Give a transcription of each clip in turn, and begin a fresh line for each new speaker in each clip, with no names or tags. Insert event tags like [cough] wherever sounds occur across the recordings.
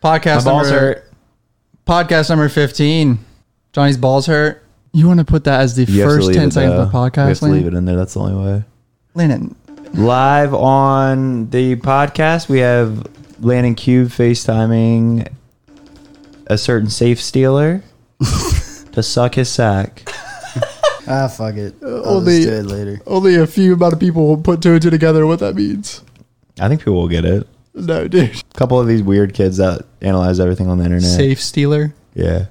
Podcast
balls
number
hurt.
podcast number fifteen. Johnny's balls hurt. You want to put that as the
You have to
first
leave
ten
it,
seconds
though.
of the
We have
podcast,
to leave it in there. That's the only way.
Landon.
Live on the podcast, we have Landon Cube FaceTiming a certain
[laughs]
safe stealer to suck his sack.
Ah, fuck it. I'll
only-
just do it later.
Only a few amount of people will put two and two together what that means.
I think people will get it.
No, dude.
A couple of these weird kids that analyze everything on the internet.
Safe stealer.
Yeah.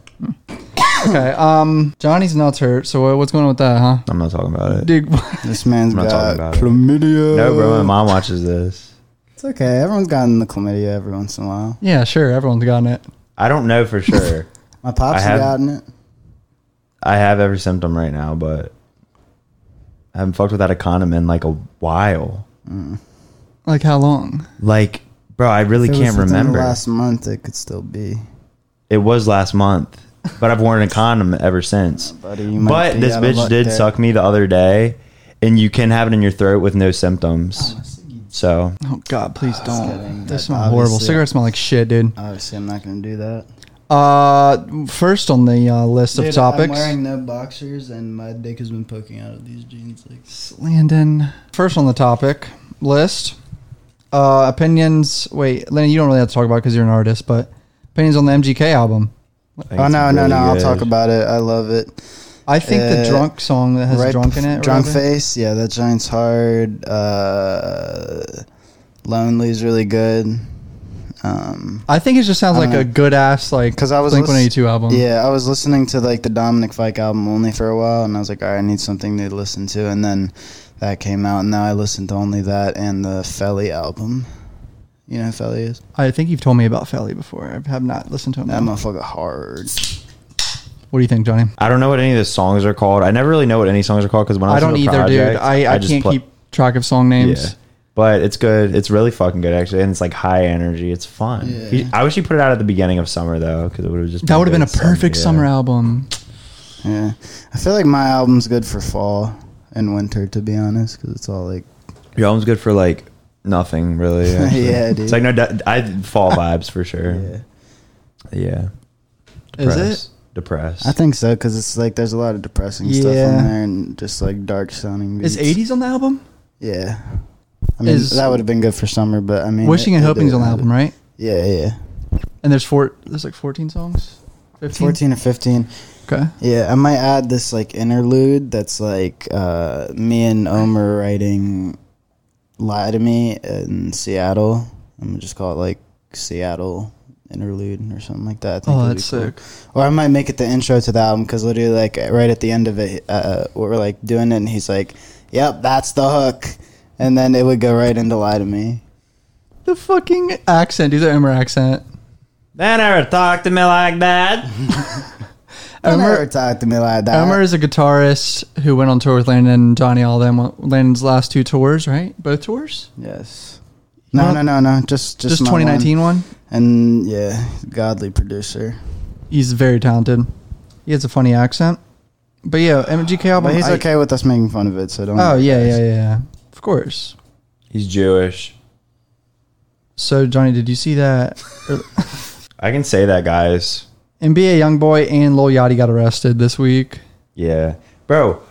Okay. Um, Johnny's nuts hurt. So what- what's going on with that, huh?
I'm not talking about it.
Dude,
This man's
not
got
talking about it.
chlamydia.
No, bro, my mom watches this.
It's okay. Everyone's gotten the chlamydia every once in a while.
yeah, sure. Everyone's gotten it.
I don't know
[laughs]
for sure.
My pops
I have-
have gotten it.
I have every symptom right now, but I haven't fucked without a condom in like a while.
Like how long?
Like, bro, I really
If it was
can't
within the
remember.
Last month, it could still be.
It was last month, but I've worn a condom ever
[laughs]
since.
Buddy, you might
But
be
this
out of
bitch
luck
did
there.
suck me the other day, and you can have it in your throat with no symptoms. So
Oh God, please
kidding.
don't. They
That-
smell horrible.
obviously-
Cigarettes smell like shit, dude.
Obviously, I'm not going to do that.
Uh, first on the uh, list of
Dude,
topics.
I'm wearing no boxers, and my dick has been poking out of these jeans. Like,
Landon. First on the topic list, uh, opinions. Wait, Landon, you don't really have to talk about because you're an artist, but opinions on the MGK album.
I think
oh
it's
no, no,
really
no! I'll
good.
talk about it. I love it.
I think the
Uh,
drunk song that has
Right
drunk in
bef-
it. or
Drunk
whatever.
face. Yeah, that joint's hard. Uh, Lonely's really good. Um,
I think it just sounds
I
like
don't
a
know.
good ass like
'Cause I was
Blink
lis-
One Eighty Two album.
yeah, I was listening to like the Dominic Fike album only for a while, and I was like, all right, I need something to listen to, and then that came out, and now I listen to only that and the Felly album. You know who Felly is?
I think you've told me about Felly before. I have not listened to him.
That
What
motherfucker hard.
do you think, Johnny?
I don't know what any of the songs are called. I never really know what any songs are called because when I,
I
was
don't
in a
either, dude.
project,
I, I,
just
can't
pla-
keep track of song names.
[laughs] Yeah. But it's good. It's really fucking good, actually, and it's like high energy. It's fun.
Yeah.
He- I wish he put it out at the beginning of summer though, because it would have just
That would have been a
good
perfect summer
yeah.
album.
Yeah, I feel like my album's good for fall and winter, to be honest, because it's all like
Your album's good for like nothing, really. actually.
[laughs] Yeah, dude.
It's like no, d- I
[laughs]
fall vibes for sure.
yeah.
Yeah.
Is
Depressed.
it?
Depressed.
I think so because it's like there's a lot of depressing stuff
Yeah.
on there and just like dark sounding. Beats.
Is '80s on the album?
Yeah, I mean
Is-
that would have been good for summer, but I mean,
Wishing
it-
and
it
Hoping's on
didn't.
the album, right?
Yeah, yeah,
And there's four. There's like 14 songs. 15?
fourteen or fifteen.
Okay.
Yeah, I might add this like interlude that's like uh, me and Omer writing "Lie to Me" in Seattle. I'm gonna just call it like Seattle interlude or something like that. I think
Oh,
it'd be
that's
cool.
sick.
Or I might make it the intro to the album because literally, like right at the end of it, uh, we're like doing it, and he's like, "Yep, that's the hook," and then it would go right into "Lie to Me."
The fucking accent. Do the Emmer accent.
They never talk to me like that.
Don't
Omer-
ever talk to me like that.
Elmer is a guitarist who went on tour with Landon and Johnny. All them Landon's last two tours, right? Both tours.
yes. No, no, no, no. Just, just,
Just,
my
2019
one.
one.
And yeah, godly producer.
He's very talented. He has a funny accent. But yeah, MGK album.
But he's
I-
okay with us making fun of it, so don't.
Oh yeah, yeah, yeah, yeah. Of course.
He's Jewish.
So Johnny, did you see that [laughs]
I can say that, guys.
NBA YoungBoy and Lil Yachty got arrested this week?
Yeah, bro.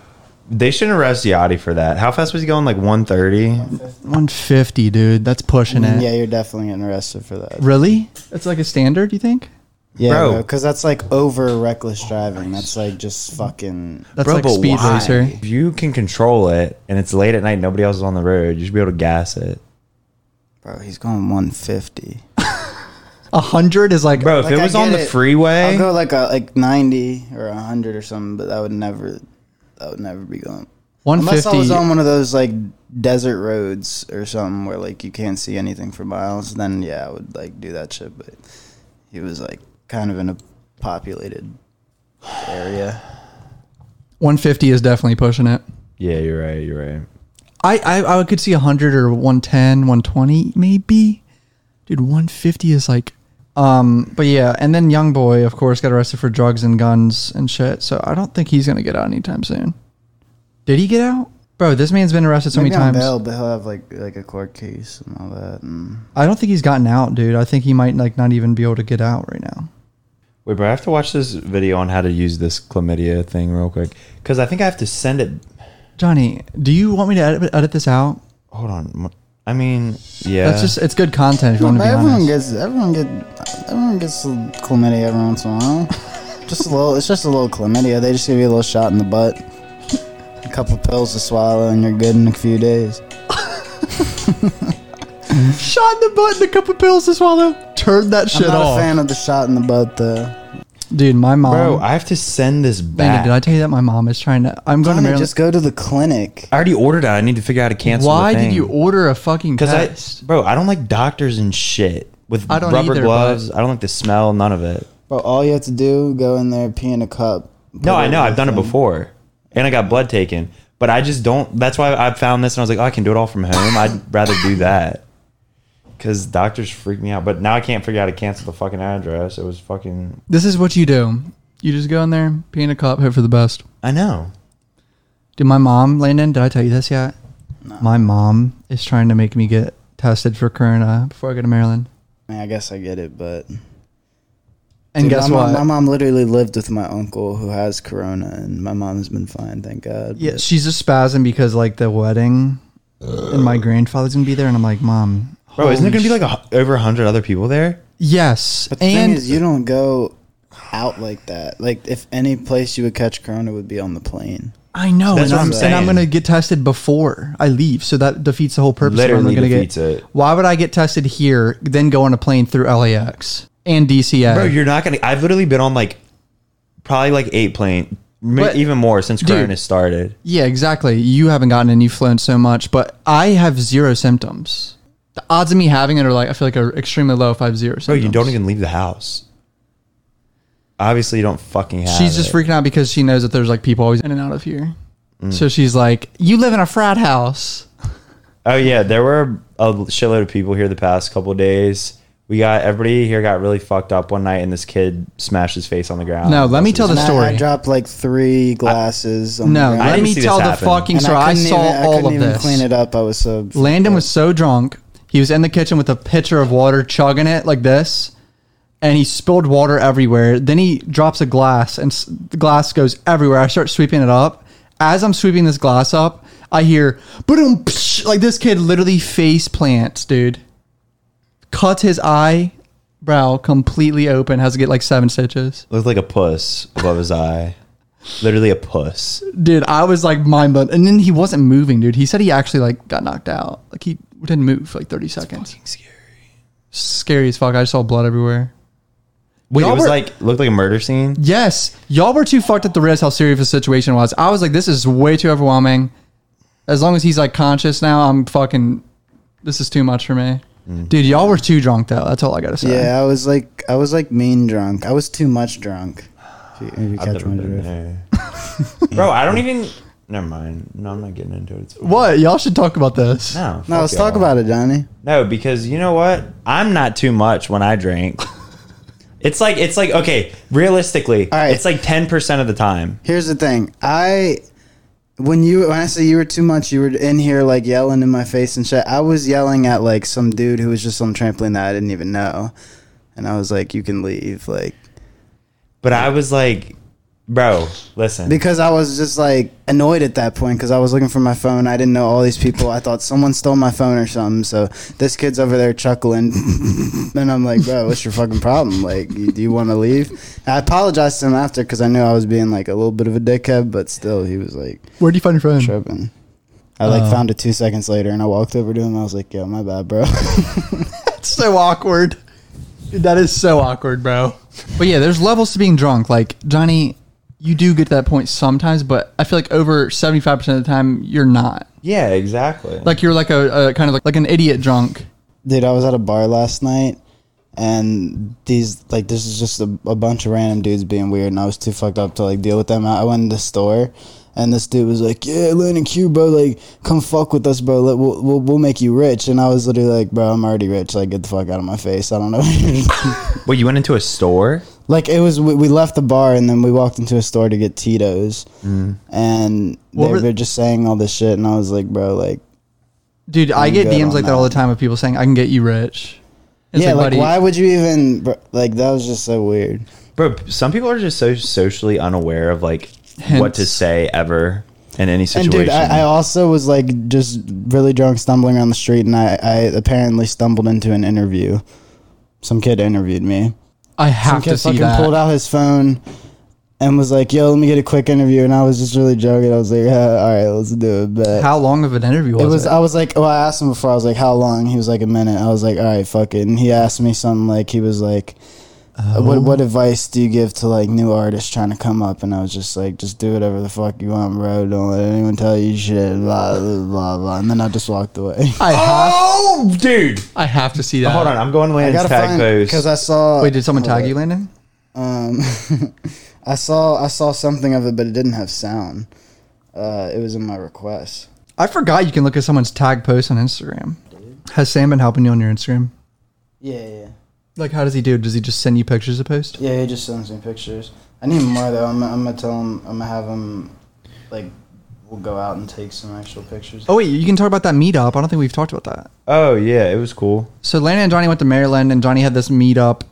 They shouldn't arrest Yachty for that. How fast was he going? Like one thirty.
150, dude. That's pushing it.
Yeah, you're definitely getting arrested for that.
Really? That's like a standard, you think?
Bro.
Yeah, because that's like over reckless driving. That's like just fucking.
That's like speed racer.
If you can control it, and it's late at night, nobody else is on the road. You should be able to gas it,
Bro, he's going 150.
100 is like
bro. If
Like,
it
I
was on
get
the
it.
freeway,
I'll go like a like 90 or 100 or something, but that would never, that would never be going. Unless I was
150.
on one of those like desert roads or something where like you can't see anything for miles, then yeah, I would like do that shit. But he was like kind of in a populated area.
150 is definitely pushing it.
yeah, you're right. You're right.
I, I I could see 100 or 110, 120 maybe. Dude, 150 is like um but yeah, and then young boy of course got arrested for drugs and guns and shit. So I don't think he's going to get out anytime soon. Did he get out? Bro, this man's been arrested [sighs] so
Maybe
many
on
times.
bail, but he'll have like like a court case and all that. And
I don't think he's gotten out, dude. I think he might like not even be able to get out right now.
Wait, bro, I have to watch this video on how to use this chlamydia thing real quick because I think I have to send it.
Johnny, do you want me to edit, edit this out?
Hold on. I mean, yeah.
That's just it's good content. If you want to
But
be
everyone
honest.
gets everyone get everyone gets chlamydia every once in
[laughs]
a while. just a little. It's just a little chlamydia. They just give you a little shot in the butt, a couple pills to swallow, and you're good in a few days.
Shot in the butt and a cup of pills to swallow. Turn that shit
I'm not
off,
a fan of the shot in the butt though.
dude. My mom.
bro, I have to send this
Landon,
back.
did I tell you that my mom is trying to? I'm going to
Johnny,
Maryland.
just go to the clinic.
I already ordered it. I need to figure out how to cancel.
Why
the thing.
did you order a fucking
Because
test?
I, bro, I don't like doctors and shit with
I don't
rubber
either,
gloves. I don't like the smell. None of it.
Bro, all you have to do go in there, pee in a cup.
No, I know. I've done it
before.
before, and I got blood taken. But I just don't. That's why I found this, and I was like, oh, I can do it all from home. I'd [laughs] rather do that because doctors freak me out. But now I can't figure out how to cancel the fucking address. It was fucking.
this is what you do. You just go in there, pee in a cup, hope for the best.
I know.
Dude, my mom, Landon, did I tell you this yet? My mom is trying to make me get tested for corona before I go to Maryland.
I, mean, I guess I get it, but
And
Dude,
guess
my
what?
Mom, my mom literally lived with my uncle who has corona, and my mom's been fine, thank God.
Yeah, she's just spazzing because like the wedding and my grandfather's gonna be there, and I'm like, Mom,
Bro, isn't there
holy
gonna be
sh-
like a, hu- over hundred other people there?
yes?
But the
And
thing is, you don't go out like that. Like, if any place you would catch corona would be on the plane.
I know,
That's
and
what
I'm,
I'm
and I'm
saying.
gonna get tested before I leave, so that defeats the whole purpose. of where I'm
Literally
gonna
defeats
get,
it.
Why would I get tested here, then go on a plane through LAX and DCA?
Bro, you're not gonna. I've literally been on like probably like eight plane, m-
But-
even more since Corona started.
yeah, exactly. You haven't gotten and you've flown so much, but I have zero symptoms. The odds of me having it are like I feel like are extremely low if I have zero symptoms.
Bro, you don't even leave the house. Obviously, you don't fucking have.
She's just
it. Mm.
freaking out because she knows that there's like people always in and out of here. So she's like, "You live in a frat house."
Oh yeah, there were a shitload of people here the past couple of days. We got everybody here got really fucked up one night, and this kid smashed his face on the ground.
No, let me tell the
And I- I,
story.
dropped like three glasses. on
No,
the
I
let
didn't
me
see this
tell the
happen.
fucking story. I,
couldn't
saw
even, I
all
couldn't
of
even
this.
clean it up. I was so
Landon was so drunk, he was in the kitchen with a pitcher of water, chugging it like this, and he spilled water everywhere. Then he drops a glass, and s- the glass goes everywhere. I start sweeping it up. As I'm sweeping this glass up, I hear boom, like this kid literally face plants, dude. Cuts his eye brow completely open. Has to get like seven stitches.
Looked like a puss above his eye, literally a puss.
Dude, I was like mind blown. And then he wasn't moving, dude. He said he actually like got knocked out. Like he didn't move for like 30 seconds.
Scary.
Scary as fuck. I saw blood everywhere.
Wait,
Y'all
it was
were-
like looked like a murder scene.
Yes, y'all were too fucked up to realize how serious the situation was. I was like, this is way too overwhelming. As long as he's like conscious now, I'm fucking. This is too much for me,
Mm.
dude. Y'all were too drunk though. That's all I gotta say. [laughs]
Yeah, I was like, I was like mean drunk. I was too much drunk. If you- if you
I've
catch
never
my
been
drift.
there. Bro, I don't even. Never mind. No, I'm not getting into it. It's fine.
What? Y'all should talk about this.
No.
No, let's talk about it, Johnny.
No, because you know what? I'm not too much when I drink. it's like it's like okay, realistically,
All right.
it's like ten percent of the time.
Here's the thing. I when you when I say you were too much, you were in here like yelling in my face and shit. I was yelling at like some dude who was just on the trampoline that I didn't even know. And I was like, you can leave, like
But I was like, bro, listen.
because I was just like annoyed at that point because I was looking for my phone. I didn't know all these people. I thought someone stole my phone or something. So this kid's over there chuckling, [laughs] and I'm like, bro, what's your fucking problem? Like, you, do you want to leave? I apologized to him after because I knew I was being like a little bit of a dickhead, but still, he was like
Where do you find your friend?
tripping. I like
Oh.
found it two seconds later, and I walked over to him. I was like, "Yo, my bad, bro." [laughs]
That's [laughs] so awkward. Dude, that is so awkward, bro. But yeah, there's levels to being drunk. Like Johnny, you do get to that point sometimes, but I feel like over 75 percent of the time you're not.
yeah, exactly.
Like you're like a, a kind of like, like an idiot drunk.
Dude, I was at a bar last night and these like this is just a, a bunch of random dudes being weird, and I was too fucked up to like deal with them. I went in the store, and this dude was like, "Yeah, Landon Q, bro, like come fuck with us, bro. Let, we'll, we'll we'll make you rich." And I was literally like, "Bro, I'm already rich. Like get the fuck out of my face. I don't know."
Well, you went into a store.
like it was we, we left the bar and then we walked into a store to get Tito's, and
What
they
were-
were, just saying all this shit, and I was like, "Bro, like."
Dude, I get
good
DMs
on
like that
that.
all the time of people saying, I can get you rich. It's
yeah, like,
buddy,
why would you even br- like that was just so weird.
Bro, some people are just so socially unaware of like
Hence.
what to say ever in any situation.
And dude, I, I also was like just really drunk, stumbling around the street, and I, I apparently stumbled into an interview. Some kid interviewed me.
I
Some
have
kid
to see
fucking
that.
pulled out his phone and was like, "Yo, let me get a quick interview." And I was just really joking. I was like, [laughs] "Yeah, "All right, let's do it." But
How long of an interview was
it
it?
was. I was like, "Well, I asked him before. I was like, how long?" He was like, "A minute." I was like, "All right, fuck it." And he asked me something like, he was like. uh, What
Oh.
what advice do you give to like new artists trying to come up? And I was just like, just do whatever the fuck you want, bro. Don't let anyone tell you shit. Blah blah blah. blah. And then I just walked away.
I, have,
oh, dude!
I have to see that.
Hold on, I'm going
[laughs] I
Landon's
gotta
tag
find because
post.
I saw.
Wait, did someone tag you, Landon?
Um, [laughs] I saw I saw something of it, but it didn't have sound. Uh, it was in my request.
I forgot you can look at someone's tag post on Instagram. Has Sam been helping you on your Instagram?
Yeah, yeah,
Like, how does he do? Does he just send you pictures to post?
yeah. He just sends me pictures. I need more though. I'm, I'm gonna tell him. I'm gonna have him. Like, we'll go out and take some actual pictures.
Oh, wait, you can talk about that meetup. I don't think we've talked about that.
oh yeah, it was cool.
So Landon and Johnny went to Maryland, and Johnny had this meetup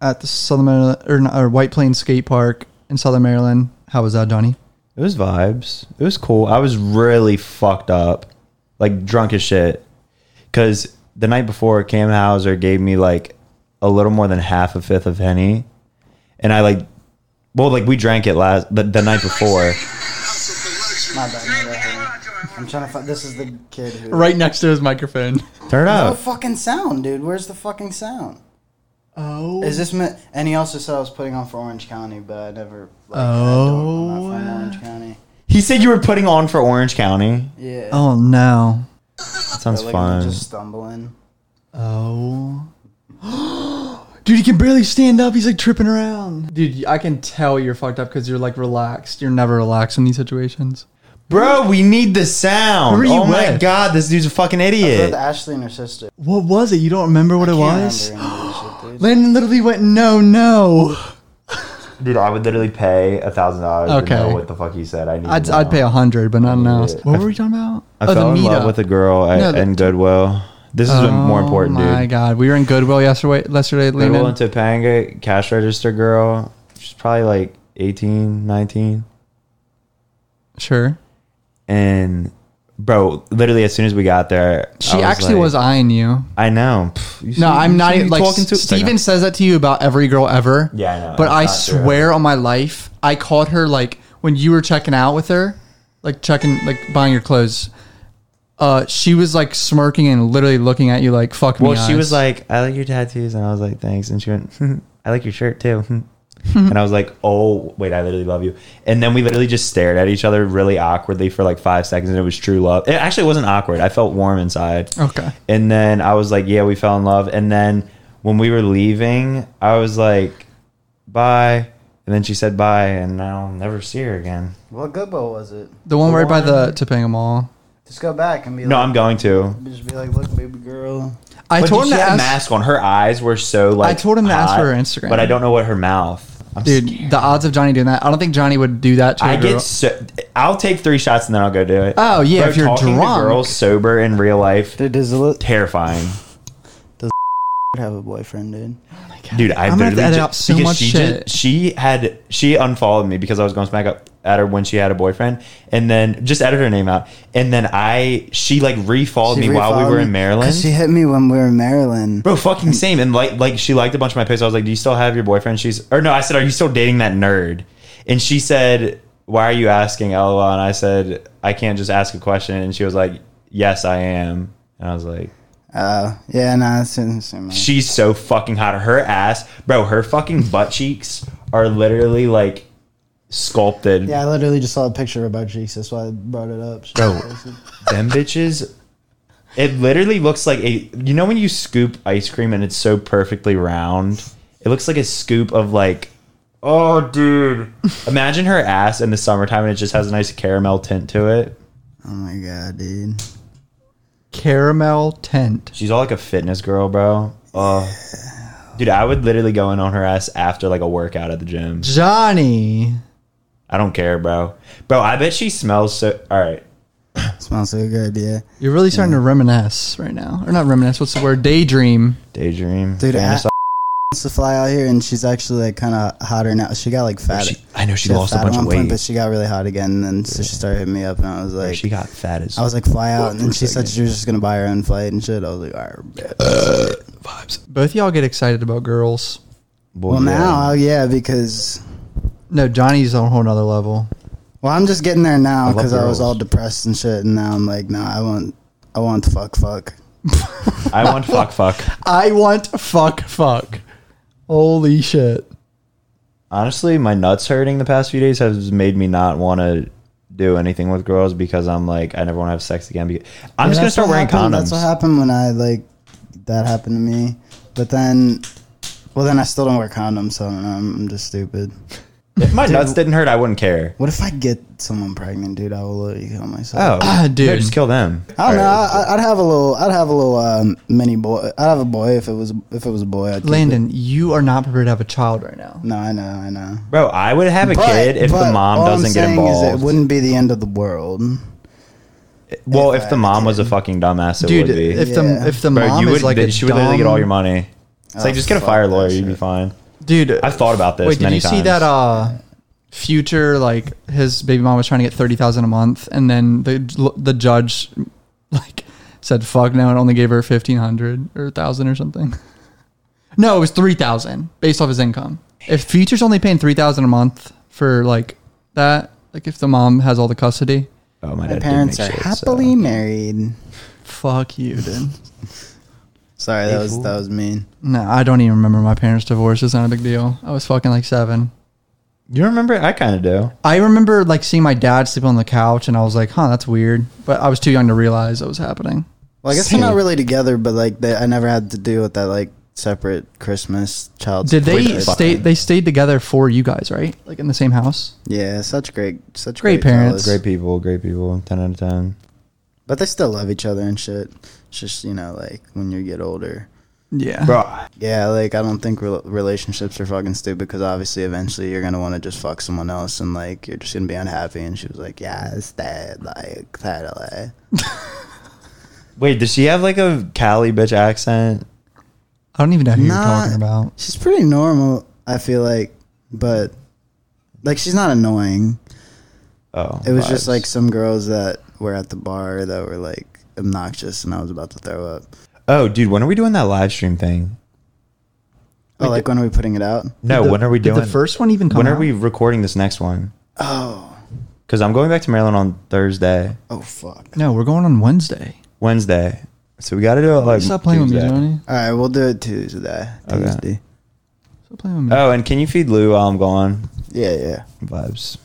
at the Southern Mar- or, not- or White Plains Skate Park in Southern Maryland. How was that, Johnny?
It was vibes. It was cool. I was really fucked up, like drunk as shit, because the night before, Cam Hauser gave me like a little more than half a fifth of henny, and I like, well, like we drank it last the, the night
[laughs]
before.
My bad. my bad, hold on. I'm trying to find. This is the kid who.
Right next to his microphone.
Turn it
No
up.
fucking sound, dude. Where's the fucking sound?
Oh.
Is this meant? And he also said I was putting on for Orange County, but I never. Like,
Oh.
I don't, I'm not from Orange County.
He said you were putting on for Orange County.
Yeah.
Oh no.
That sounds
like, I'm
fun.
just stumbling.
Oh. [gasps] Dude, he can barely stand up. He's like tripping around. Dude, I can tell you're fucked up because you're like relaxed. You're never relaxed in these situations.
Bro, we need the sound.
Who are you
oh my
with?
god, this dude's a fucking
With
idiot.
Ashley and her sister.
What was it? You don't remember what it
Can't
was?
remember any of this shit,
[gasps]
dude.
Landon literally went, no, no.
Dude, I would literally pay a thousand dollars
Okay.
to know what the fuck he said. I need.
I'd,
to know.
I'd pay a hundred, but nothing else.
Yeah.
What were we talking about? Oh,
I fell in love with a girl at,
No, the-
in Goodwill. This is more important,
Oh my
dude.
god, we were in Goodwill yesterday. Yesterday,
Goodwill in
Landon.
Topanga, cash register girl. She's probably like 18, 19.
Sure.
And bro, literally as soon as we got there, I
She actually
like-
was eyeing you.
I know. Pff, you see-
No, I'm
you
not
see
even
me
like
talking to
Steven says that to you about every girl ever.
Yeah, I know.
But
It's
I
not true.
swear on my life, I called her like when you were checking out with her, like checking, like buying your clothes. Uh, she was like smirking and literally looking at you like fuck me.
Well, she was
eyes.
like, "I like your tattoos," and I was like, "Thanks." And she went, [laughs] "I like your shirt too." [laughs] and I was like, "Oh, wait, I literally love you." And then we literally just stared at each other really awkwardly for like five seconds, and it was true love. It actually wasn't awkward. I felt warm inside.
Okay.
And then I was like, "Yeah, we fell in love." And then when we were leaving, I was like, "Bye." And then she said bye, and I'll never see her again.
What Goodwill was it?
the one right by the
one-
Topanga Mall.
Just go back and be
No,
like,
I'm going to.
just be like, look, baby girl.
I
But
told
she
him to
had a
ask.
mask on. Her eyes were so like.
told him to ask
hot,
for her Instagram.
but I don't know what her mouth. I'm
Dude, the odds of Johnny doing that, I don't think Johnny would do that to a
I
girl.
get so I'll take three shots and then I'll go do it.
Oh, yeah, if you're
talking
drunk.
to girls sober in real life,
Dude, does the little
terrifying.
have a boyfriend, dude?
Dude, I
I'm gonna have to
literally
edit
ju-
out so
because
much
she
shit.
Just, she had she unfollowed me because I was going smack up at her when she had a boyfriend, and then just edit her name out, and then I she like refollowed me while we were in Maryland.
She hit me when we were in Maryland.
Bro, fucking same. And like, like she liked a bunch of my posts. I was like, "Do you still have your boyfriend?" She's, or no, I said, "Are you still dating that nerd?" And she said, "Why are you asking?" LOL. And I said, "I can't just ask a question." And she was like, "Yes, I am." And I was like,
Oh, yeah, nah, that's in the same. man.
"She's so fucking hot. Her ass, bro. Her fucking butt cheeks are literally like sculpted.
Yeah, I literally just saw a picture of her butt cheeks. That's why I brought it up. She
Bro. Them bitches It literally looks like a you know when you scoop ice cream and it's so perfectly round? It looks like a scoop of like oh dude. Imagine her ass in the summertime and it just has a nice caramel tint to it.
Oh my god, dude.
Caramel tent.
She's all like a fitness girl, bro. Oh. Dude, I would literally go in on her ass after like a workout at the gym.
Johnny.
I don't care, bro. Bro, I bet she smells so all right.
Smells so good, yeah.
You're really starting to reminisce right now. Or not reminisce, what's the word? Daydream.
Daydream.
Dude, I-
Fantasy-
Wants to fly out here, and she's actually like kind of hotter now. She got like fat.
She- I know she
got
lost a
fat at
bunch of
one point,
weight.
but she got really hot again. And then so she started hitting me up, and I was like,
she got fat as
I was like, fly out, and
for a
then she said
second.
she was just gonna buy her own flight and shit. I was like, all right. bet.
Vibes. Both y'all get excited about girls.
Boy,
Well,
yeah.
now, yeah, because
No, Johnny's on a whole nother level.
well, I'm just getting there now
love
because I was
girls.
all depressed and shit, and now I'm like, no, I want, I want fuck, fuck.
I want fuck fuck.
I want fuck fuck. Holy shit.
Honestly, my nuts hurting the past few days has made me not want to do anything with girls because I'm like, I never want to have sex again. Because I'm
Yeah,
just gonna
that's
start
what
wearing
happened-
condoms.
That's what happened when I like that happened to me, but then, well, then I still don't wear condoms, so I don't know. I'm, I'm just stupid.
if my nuts didn't hurt, I wouldn't care.
What if I get someone pregnant, dude? I will literally kill
Oh,
myself.
Ah,
no,
dude.
just kill them.
I don't know.
Oh, Alright.
I, I'd have a little. I'd have a little um, mini boy. I'd have a boy if it was if it was a boy. I'd keep it.
Landon, you are not prepared to have a child right now.
No, I know. I know.
bro, I would have a
But-
kid if
but
the mom
all I'm
doesn't get
saying is
involved.
it wouldn't be the end of the world.
well, if,
if
the
I had a
mom was a fucking dumbass, it
Dude,
would be.
if
Yeah.
the if the
bro,
mom
you
is
would,
like a
she would literally get all your money. It's
Oh,
like just get a
fuck
fire
that
lawyer, you'd be
shit.
fine.
dude.
I've thought about this.
Wait, did
many
you see
times.
that uh future like his baby mom was trying to get 30,000 a month and then the the judge like said fuck no and only gave her 1500 or 1000 or something. [laughs] No, it was 3000 based off his income. If future's only paying 3000 a month for like that, like if the mom has all the custody,
oh, my, dad
My
did
parents
make
are
shit, so-
happily married.
fuck you, dude. [laughs]
Sorry, that was
fool.
that was mean.
No, I don't even remember my parents' divorce. It's not a big deal. I was fucking like 7.
You remember? I kind of do.
I remember like seeing my dad sleep on the couch, and I was like, "Huh, that's weird." But I was too young to realize that was happening.
Well, I guess they're
Same.
not really together, but like they, I never had to deal with that like separate Christmas child.
Did they
support shit.
stay? They stayed together for you guys, right? Like in the same house.
Yeah, such great, such
Great
great,
parents.
fellas.
Great people, great people. Ten out of ten.
but they still love each other and shit. It's just you know, like when you get older.
Yeah,
Bro,
Yeah, like I don't think rel relationships are fucking stupid because obviously eventually you're gonna want to just fuck someone else and like you're just gonna be unhappy. And she was like, "Yeah, it's that like that like."
Wait, does she have like a Cali bitch accent?
I don't even know who you're
Nah.
talking about.
She's pretty normal, I feel like, but like she's not annoying.
Oh,
It was
vibes.
just like some girls that were at the bar that were like obnoxious, and I was about to throw up.
oh, dude, when are we doing that live stream thing?
Oh, like when are we putting it out?
No,
Did the-
when are we
did
doing
the first one? Even come
When are
out?
we recording this next one?
Oh,
Because I'm going back to Maryland on Thursday,
oh fuck.
No, we're going on Wednesday.
Wednesday. So we got to do it like.
Stop playing with
Tuesday.
me, Johnny.
All right, we'll do it Tuesday,
Okay.
Tuesday.
Stop playing with me.
Oh, and can you feed Lou while I'm gone?
Yeah, yeah.
Vibes.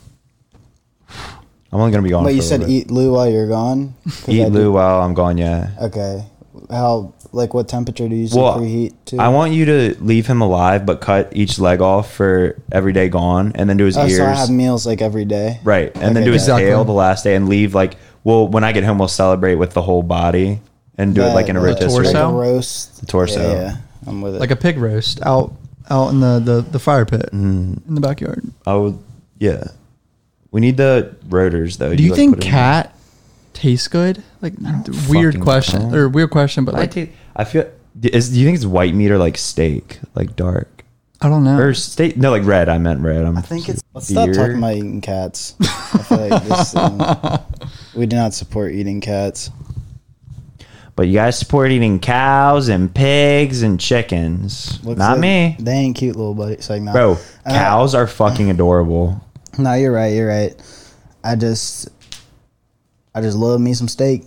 I'm only gonna be gone.
But
for
you
a
said
little bit.
eat Lou while
[laughs]
you're gone. 'Cause I
eat
did-
Lou while I'm gone. Yeah.
Okay. How? Like, what temperature do you usually
Well,
preheat to?
I want you to leave him alive, but cut each leg off for every day gone, and then do his
Oh,
ears.
so I have meals like every day.
Right. And then
Okay,
do his
Exactly.
tail the last day and leave like well, when I get home we'll celebrate with the whole body and do it like in a
That,
rotisserie.
torso?
Like a roast.
The torso.
Yeah, yeah. I'm with it.
Like a pig roast out out in the the, the fire pit
Mm.
in the backyard.
I would yeah. We need the rotors though.
Do you
like,
think
put it in-
cat tastes good? Like weird
fucking
question
know.
or weird question, but
I
like
ta- I feel is do you think it's white meat or like steak? Like dark.
I don't know.
Or steak no like red, I meant red. I'm
I think it's. Let's
beer.
stop talking about eating cats. I feel like this, um,
[laughs]
we do not support eating cats.
But you guys support eating cows and pigs and chickens.
Looks
Not
like-
me.
They ain't cute little buddies. Like, nah.
Bro,
Uh,
cows are fucking adorable.
No, you're right. You're right. I just, I just love me some steak.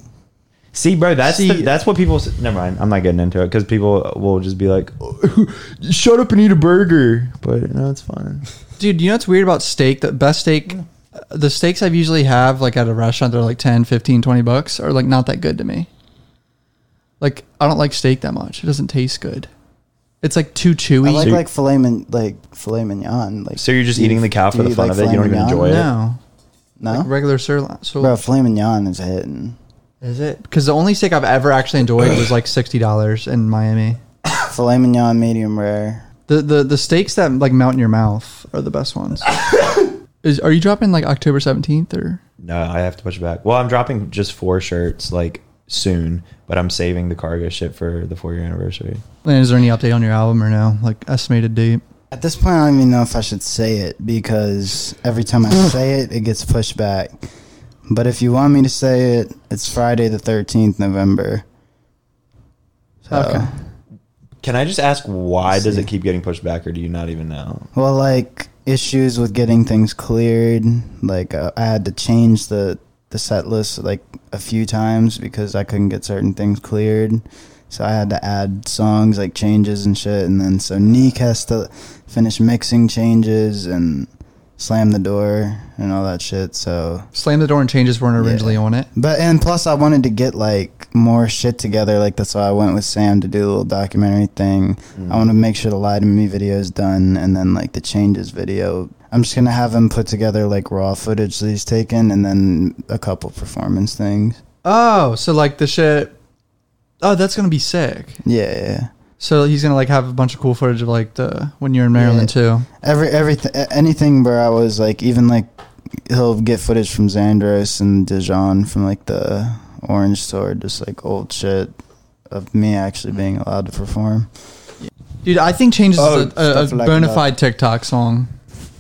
See, bro, that's
See-
the, that's what people. s- Never mind, I'm not getting into it because people will just be like, "Oh, [laughs] "Shut up and eat a burger." But no, it's fine.
Dude, you know what's weird about steak? The best steak, uh, the steaks I've usually have like at a restaurant, they're like 10, 15, 20 bucks are like not that good to me. Like I don't like steak that much. It doesn't taste good. It's like too
I
chewy.
like
So-
like filet min, like filet mignon. Like
So you're just
do you-
eating the cow
do
for the
you
fun of
like
it? You
filet
don't even
mignon?
enjoy it?
no,
No,
regular sirloin. So
bro, filet mignon is hitting.
is it? Because the only steak I've ever actually enjoyed was like sixty dollars in Miami.
filet mignon, medium rare.
The the the steaks that like melt in your mouth are the best ones. Is are you dropping like October seventeenth or?
No, I have to push it back. Well, I'm dropping just four shirts like soon, but I'm saving the cargo shit for the four year anniversary.
And is there any update on your album or no? Like estimated date?
At this point, I don't even know if I should say it because every time I say it, it gets pushed back. But if you want me to say it, it's Friday the thirteenth, November. So,
Okay.
Can I just ask why does
see.
it keep getting pushed back, or do you not even know?
Well, like issues with getting things cleared. Like uh, I had to change the the set list like a few times because I couldn't get certain things cleared. So I had to add songs like changes and shit, and then so Neek has to finish mixing changes and slam the door and all that shit. So,
Slam the door and changes weren't originally on it.
but and plus I wanted to get like more shit together. Like that's why I went with Sam to do a little documentary thing. I want to make sure the lie to me video is done, and then like the changes video. I'm just gonna have him put together like raw footage that he's taken, and then a couple performance things.
Oh, so like the shit. Oh, that's gonna be sick.
Yeah, yeah, yeah.
So he's gonna like have a bunch of cool footage of like the when you're in Maryland too.
Every everything, anything where I was like, even like he'll get footage from Xandros and Dijon from like the Orange Tour, just like old shit of me actually being allowed to perform.
Dude, I think changes is
Oh,
a, a, a
stuff like
bona
that.
fide TikTok song.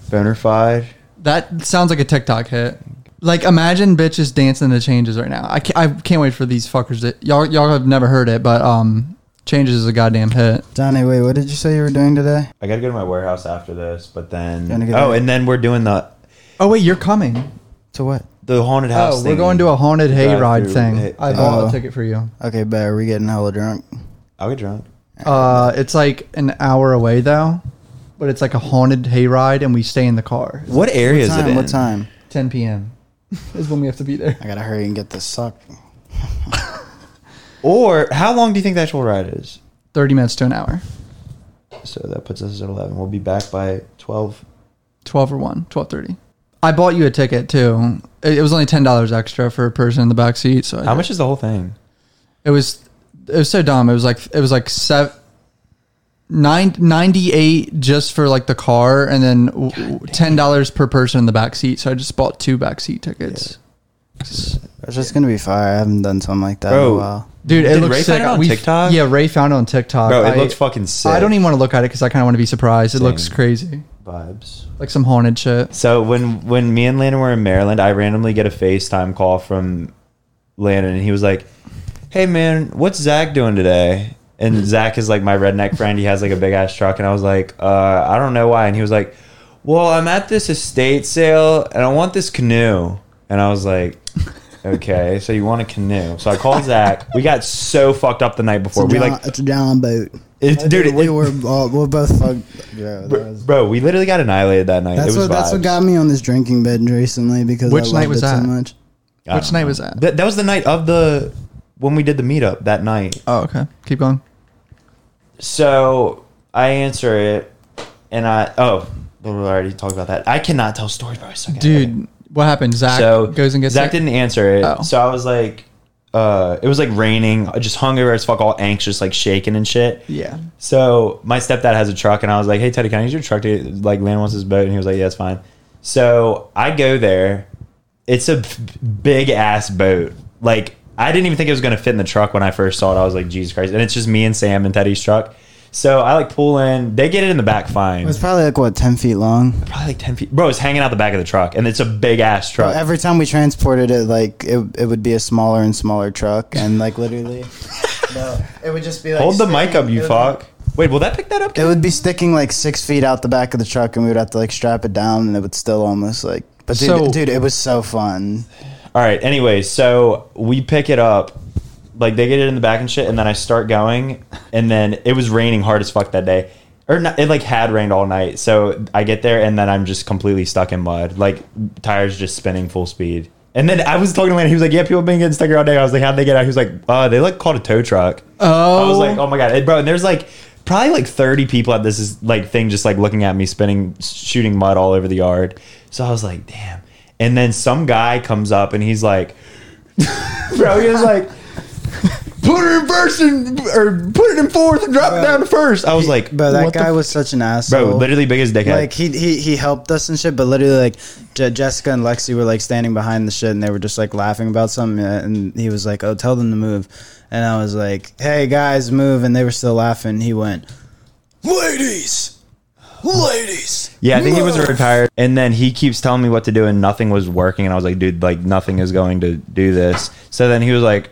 Bonafide.
That sounds like a TikTok hit. Like imagine bitches dancing to changes right now. I can't, I can't wait for these fuckers that y'all y'all have never heard it, but um, changes is a goddamn hit.
Donnie, wait, what did you say you were doing today?
I gotta go to my warehouse after this, but then
Gonna get
oh,
it.
and then we're doing the
Oh wait, you're coming.
To what?
the haunted house.
Oh, we're
thing.
going to a haunted hayride
Drive-through
thing.
hit-
I bought
Oh.
a ticket for you.
Okay, but are we getting hella drunk?
I'll get drunk.
Uh, it's like an hour away though, but it's like a haunted hayride, and we stay in the car.
What area is
time,
it? In?
What time?
10 p.m. is when we have to be there. [laughs]
I gotta hurry and get this suck.
Or how long do you think the actual ride is?
30 minutes to an hour.
So that puts us at eleven. We'll be back by twelve.
12 or 1, 12:30. I bought you a ticket too. It, it was only $10 extra for a person in the back seat, so I
How
did-
much is the whole thing?
It was it was so dumb. It was like it was like seven nine ninety eight just for like the car and then w- w- $10 per person in the back seat. So I just bought two back seat tickets.
It's just gonna be fire. I haven't done something like that in
Bro.
a while.
Dude, it
Did
looks
Ray
sick.
find it on
We-
TikTok?
Yeah, Ray found it on TikTok.
Bro, it
I-
looks fucking sick.
I don't even want to look at it because I kind of want to be surprised. It looks
Same.
crazy,
vibes.
like some haunted shit.
So when when me and Landon were in Maryland, I randomly get a FaceTime call from Landon, and he was like, "Hey man, what's Zach doing today?" And Zach is like my redneck friend. He has like a big ass truck, and I was like, uh, "I don't know why." And he was like, "Well, I'm at this estate sale, and I want this canoe." And I was like. Okay, so you want a canoe? So I called Zach. We got so fucked up the night before. we like,
it's a down boat.
It's- dude,
we
it-
were all, we're both fucked. Yeah, that
bro,
was-
bro, we literally got annihilated that night.
that's
it was
what that's what
vibes.
got me on this drinking binge recently because
Which
I
night
loved
was
it so
that?
much.
I
Which
don't
night
know.
was that?
That, that was the night of the when we did the meetup that night.
Oh, okay. Keep going.
So I answer it, and I oh, we already talked about that. I cannot tell stories, bro. I suck at it.
Dude, what happened? Zach
so
goes and gets
Zach
sick?
didn't answer it.
Oh.
So I was like, uh, it was like raining, just hungover as fuck, all anxious, like shaking and shit.
Yeah.
So my stepdad has a truck, and I was like, "Hey Teddy, can I use your truck to like land wants his boat?" And he was like, "Yeah, it's fine." So I go there. It's a big ass boat. Like I didn't even think it was gonna fit in the truck when I first saw it. I was like, "Jesus Christ!" And it's just me and Sam and Teddy's truck. So I like pull in. They get it in the back fine.
It was probably like what ten feet long.
probably like ten feet. Bro, it's hanging out the back of the truck, and it's a big ass truck.
But every time we transported it, like it, it would be a smaller and smaller truck, and
[laughs]
like literally, no, it would just be like
Hold the mic
sticking-
up,
it
you
would-
fuck. Wait, will that pick that up?
It would be sticking like six feet out the back of the truck, and we would have to like strap it down, and it would still almost like. But dude,
So-
dude, it was so fun.
All right. Anyway, so we pick it up. Like they get it in the back and shit, and then I start going, and then it was raining hard as fuck that day, or not, it like had rained all night. So I get there, and then I'm just completely stuck in mud, like tires just spinning full speed, And then I was talking to Landon. He was like, "Yeah, people have been getting sticker all day." I was like, "How'd they get out?" He was like, "Uh, they like called a tow truck."
Oh.
I was like, "Oh my god, And, bro!" And there's like probably like 30 people at this is like thing just like looking at me spinning, shooting mud all over the yard. So I was like, "Damn!" And then some guy comes up and he's like, [laughs] "Bro," he was like. Put it in first and or put it in fourth and drop it down to first. I was like,
But that
"What the
guy
f-"
was such an asshole.
bro, literally biggest dickhead.
Like he, he he helped us and shit, but literally like Je- Jessica and Lexi were like standing behind the shit and they were just like laughing about something uh, and he was like, "Oh, tell them to move," and I was like, "Hey guys, move!" and they were still laughing. He went, "Ladies, ladies."
Yeah, I think he was
move."
retired. And then he keeps telling me what to do, and nothing was working. And I was like, dude, like nothing is going to do this. So then he was like,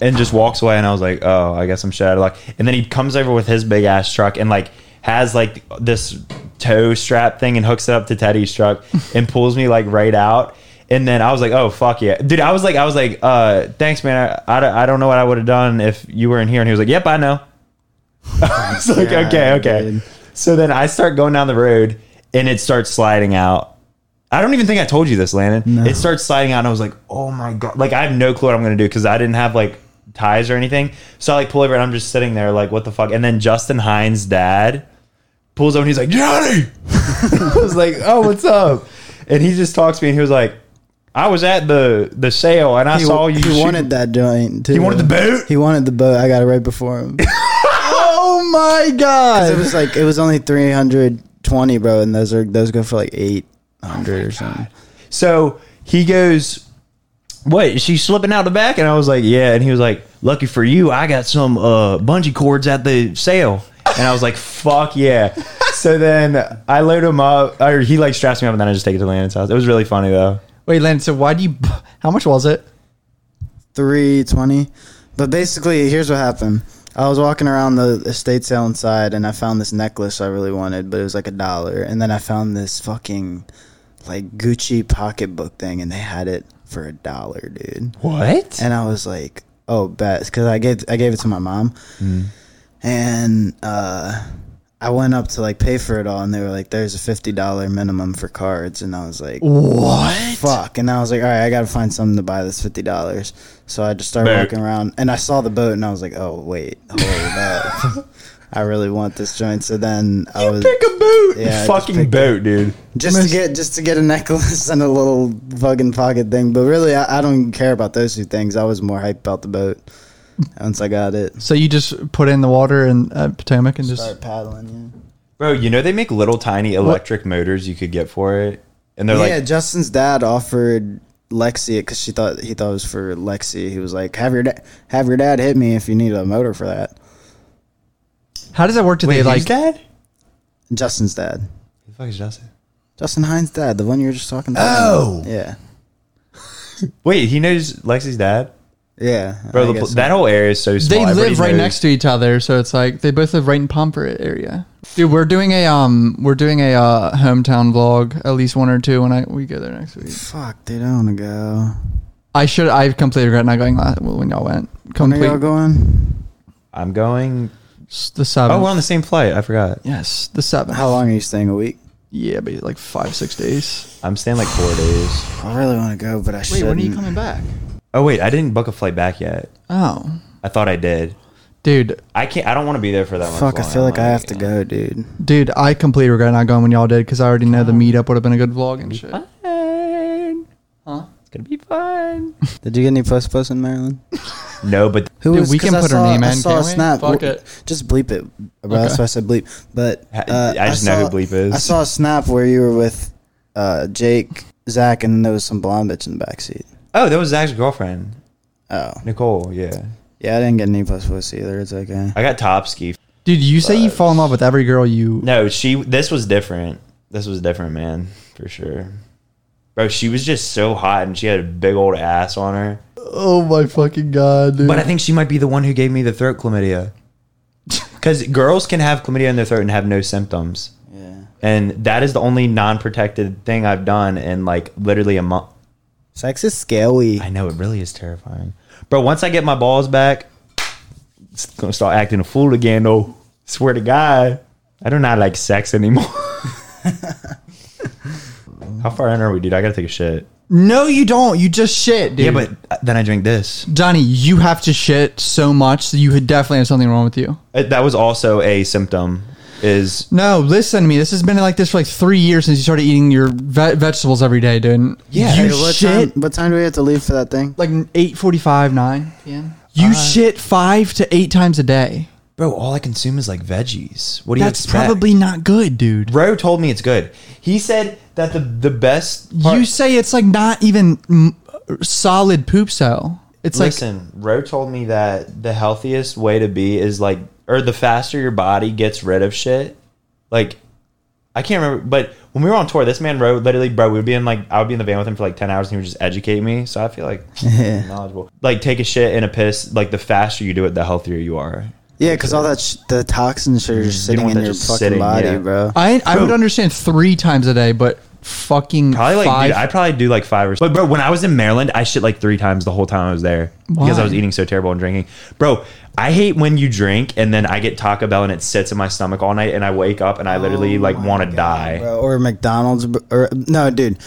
and just walks away. And I was like, oh, I guess I'm shit out of luck. And then he comes over with his big ass truck and like has like this tow strap thing and hooks it up to Teddy's truck and pulls me like right out. And then I was like, oh fuck yeah, dude! I was like, I was like, uh, thanks, man. I, I, don't- I don't know what I would have done if you were in here. And he was like, yep, I know. [laughs] I was like,
God,
okay, okay.
dude.
So then I start going down the road and it starts sliding out. I don't even think I told you this, Landon. It starts sliding out and I was like, oh my God. Like, I have no clue what I'm going to do because I didn't have like ties or anything. So I like pull over and I'm just sitting there like, what the fuck? And then Justin Hines' dad pulls over and he's like, Johnny! [laughs] I was like, oh, what's up? And he just talks to me and he was like, I was at the the sale and I
He,
saw you.
he
shoot-
wanted that joint. Too.
He wanted the boot?
He wanted the boat. I got it right
[laughs]
before him.
Oh my god!
it was like it was only three hundred twenty, bro, and those are those go for like eight hundred or something.
So he goes, "Wait, is she slipping out the back?" And I was like, "Yeah." And he was like, "Lucky for you, I got some uh, bungee cords at the sale." And I was like, "Fuck [laughs] yeah!" so then I load him up, or he like straps me up, and then I just take it to Landon's house. It was really funny though.
Wait, Landon. So why do you? How much was it?
three twenty. But basically, here's what happened. I was walking around the estate sale inside, and I found this necklace I really wanted, but it was like a dollar. And then I found this fucking like Gucci pocketbook thing, and they had it for a dollar, dude.
What?
And I was like, "Oh, bet," because I gave I gave it to my mom, and uh, I went up to like pay for it all, and they were like, "There's a fifty dollar minimum for cards," and I was like,
What?
fuck. And I was like, all right, I got to find something to buy that's fifty dollars. So I just started
Boat.
walking around, and I saw the boat, and I was like, oh wait, hold
[laughs]
up, I really want this joint. So then I was
Pick a boot,
Yeah, I just
fucking
picked
boat, dude.
just to get just to get a necklace [laughs] and a little fucking pocket thing. But really, I, I don't care about those two things. I was more hyped about
[laughs]
the boat once I got it.
So you just put it in the water in uh, Potomac and just
Start paddling. Yeah.
Bro, you know they make little tiny electric motors you could get for it, and they're
yeah,
like,
Justin's dad offered Lexi it because she thought he thought it was for Lexi. He was like, "Have your da- have your dad hit me if you need a motor for that."
how does that work? Do
"Wait,
they like
who's dad? Who
Justin's dad,
the fuck is Justin?
Justin Hines' dad, the one you were just talking about.
Oh.
yeah,
Wait, he knows Lexi's dad,
yeah, I
bro. The,
guess
pl- that whole area is so small.
they
Everybody
live right
knows.
next to each other, so it's like they both live right in Pomfret area. Dude, we're doing a um, we're doing a uh, hometown vlog, at least one or two when I we go there next week.
so. Fuck, dude, I want to go.
I should, I completely regret not going last when y'all went.
When are
Complete
y'all going?
I'm going
s- the seventh.
Oh, we're on the same flight. I forgot.
yes, the seventh.
How long are you staying? A week?
Yeah, but like five, six days.
I'm staying like four days.
I really want to go, but I
Wait,
shouldn't.
when are you coming back?
Oh wait, I didn't book a flight back yet.
Oh,
I thought I did.
dude,
I can't. I don't want to be there for that much.
Fuck, I
longer.
feel like I
I'm
have to go, dude.
dude, I completely regret not going when y'all did because I already know the Oh. meetup would have been a good vlog and shit.
Fun.
Huh?
It's gonna be fun. [laughs]
Did you get any post posts in Maryland?
no, but
Who
Dude,
was-
we
'cause
can
I
put her
saw-
name
I
in,
saw a
can't we?
snap.
Fuck
W-
it.
Just bleep it, bro. That's
Okay.
why I said bleep. But
Ha-
uh,
I just know who bleep is.
I saw a snap where you were with uh, Jake, Zach, and there was some blonde bitch in the backseat.
oh, that was Zach's girlfriend,
Oh,
Nicole. Yeah,
yeah, I didn't get any post posts either. It's okay.
I got Topski.
Dude, you say you fall in love with every girl you.
No, she. This was different. This was different, man, for sure. Bro, she was just so hot, and she had a big old ass on her.
Oh my fucking god, dude.
But I think she might be the one who gave me the throat chlamydia. [laughs] Because girls can have chlamydia in their throat and have no symptoms.
Yeah.
And that is the only non protected thing I've done in like literally a month.
Sex is scary.
I know it really is terrifying. Bro, once I get my balls back, it's gonna start acting a fool again though. Swear to God. I do not like [laughs] sex anymore. How far in are we, dude? I gotta take a shit.
No, you don't. You just shit, dude.
Yeah, but uh, then I drink this.
Johnny, you have to shit so much that you could definitely have something wrong with you.
Uh, That was also a symptom. Is
No, listen to me. This has been like this for like three years since you started eating your ve- vegetables every day, dude.
Yeah.
you
Hey,
what
shit
Time, what time do we have to leave for that thing?
like eight forty-five, nine p.m. You shit five to eight times a day.
bro, all I consume is like veggies. What do
That's
you expect?
probably not good, dude.
Bro told me it's good. He said that the the best. Part,
You say it's like not even mm, solid poop cell. It's like
Listen, Ro told me that the healthiest way to be is like, or the faster your body gets rid of shit. Like, I can't remember, but when we were on tour, this man Ro literally, bro, we would be in like, I would be in the van with him for like ten hours, and he would just educate me. So I feel like
[laughs]
knowledgeable. Like, take a shit and a piss. Like, the faster you do it, the healthier you are.
Yeah, because all that sh- the toxins are just
You don't
sitting
want
in
that
your
just
fucking
sitting,
body,
yeah.
bro.
I I would understand three times a day, but fucking
Probably like,
five.
dude, I probably do like five or. But bro, when I was in Maryland, I shit like three times the whole time I was there because I was
Why?
eating so terrible and drinking. Bro, I hate when you drink and then I get Taco Bell and it sits in my stomach all night and I wake up and I literally like want to die.
Oh Bro, or McDonald's, b- or no, dude.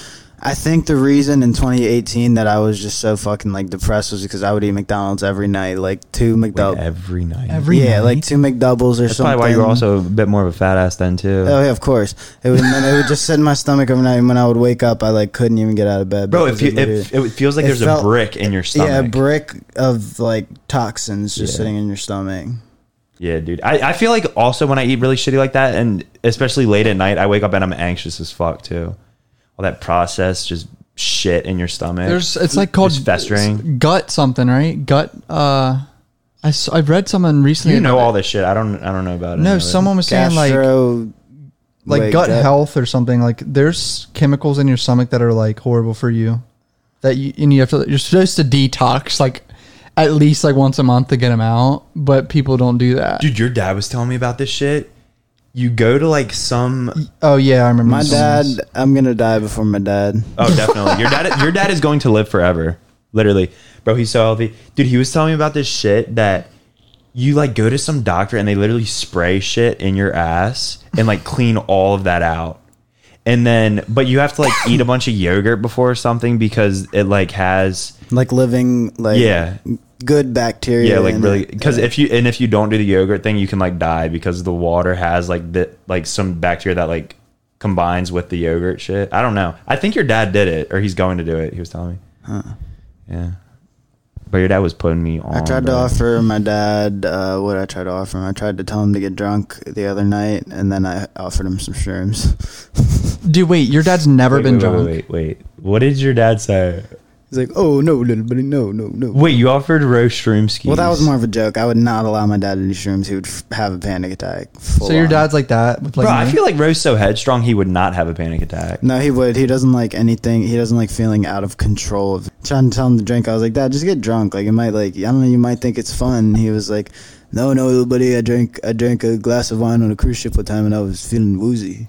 I think the reason in 2018 that I was just so fucking like depressed was because I would eat McDonald's every night, like two
Like,
McDoubles.
every night.
Every
Yeah,
night.
like two McDoubles or
That's
something.
probably why you were also a bit more of a fat ass then too.
Oh yeah, of course. It would. and it would just sit in my stomach overnight, and when I would wake up, I like couldn't even get out of bed.
bro,
because
if you,
it
if,
literally-
it feels like
it
there's
felt-
a brick in your stomach.
yeah, a brick of like toxins just
Yeah.
sitting in your stomach.
Yeah, dude. I, I feel like also when I eat really shitty like that, and especially late at night, I wake up and I'm anxious as fuck too. All that processed just shit in your stomach.
There's it's like called
It's festering.
gut something, right? Gut. Uh, I s- I've read someone recently.
you know
about
all this shit. I don't. I don't know about it.
No, someone was saying like
Gastro,
like
wait,
gut health or something. Like there's chemicals in your stomach that are like horrible for you. That you and you have to. You're supposed to detox like at least like once a month to get them out, but people don't do that.
dude, your dad was telling me about this shit. You go to like some.
Oh yeah, I remember.
My
this.
dad, I'm gonna die before my dad.
Oh, definitely. your dad. Your dad is going to live forever. Literally, bro. He's so healthy, dude. He was telling me about this shit that you like go to some doctor and they literally spray shit in your ass and like clean all of that out. And then, but you have to like eat a bunch of yogurt before or something because it like has
Like living, like
yeah,
good bacteria.
yeah, like
in
really
it.
because if you and if you don't do the yogurt thing, you can like die because the water has like the like some bacteria that like combines with the yogurt shit. I don't know. I think your dad did it or he's going to do it. He was telling me. Yeah, but your dad was putting me on.
I tried to
bro.
offer my dad uh, what I tried to offer him. I tried to tell him to get drunk the other night, and then I offered him some shrooms. [laughs]
dude, wait, your dad's never
Wait,
been
wait, wait,
drunk.
Wait, wait, wait. what did your dad say?
He's like, "Oh no, little buddy, no, no, no."
Wait, you offered roast shroom skis.
Well, that was more of a joke. I would not allow my dad to do shrooms. He would f- have a panic attack. full
So your
on.
dad's like that with like.
Bro, I
me?
feel like Ro's so headstrong he would not have a panic attack.
No, he would. He doesn't like anything. He doesn't like feeling out of control. Of trying to tell him to drink, I was like, "Dad, just get drunk. Like it might like I don't know. You might think it's fun." He was like, "No, no, little buddy. I drank I drank a glass of wine on a cruise ship one time, and I was feeling woozy."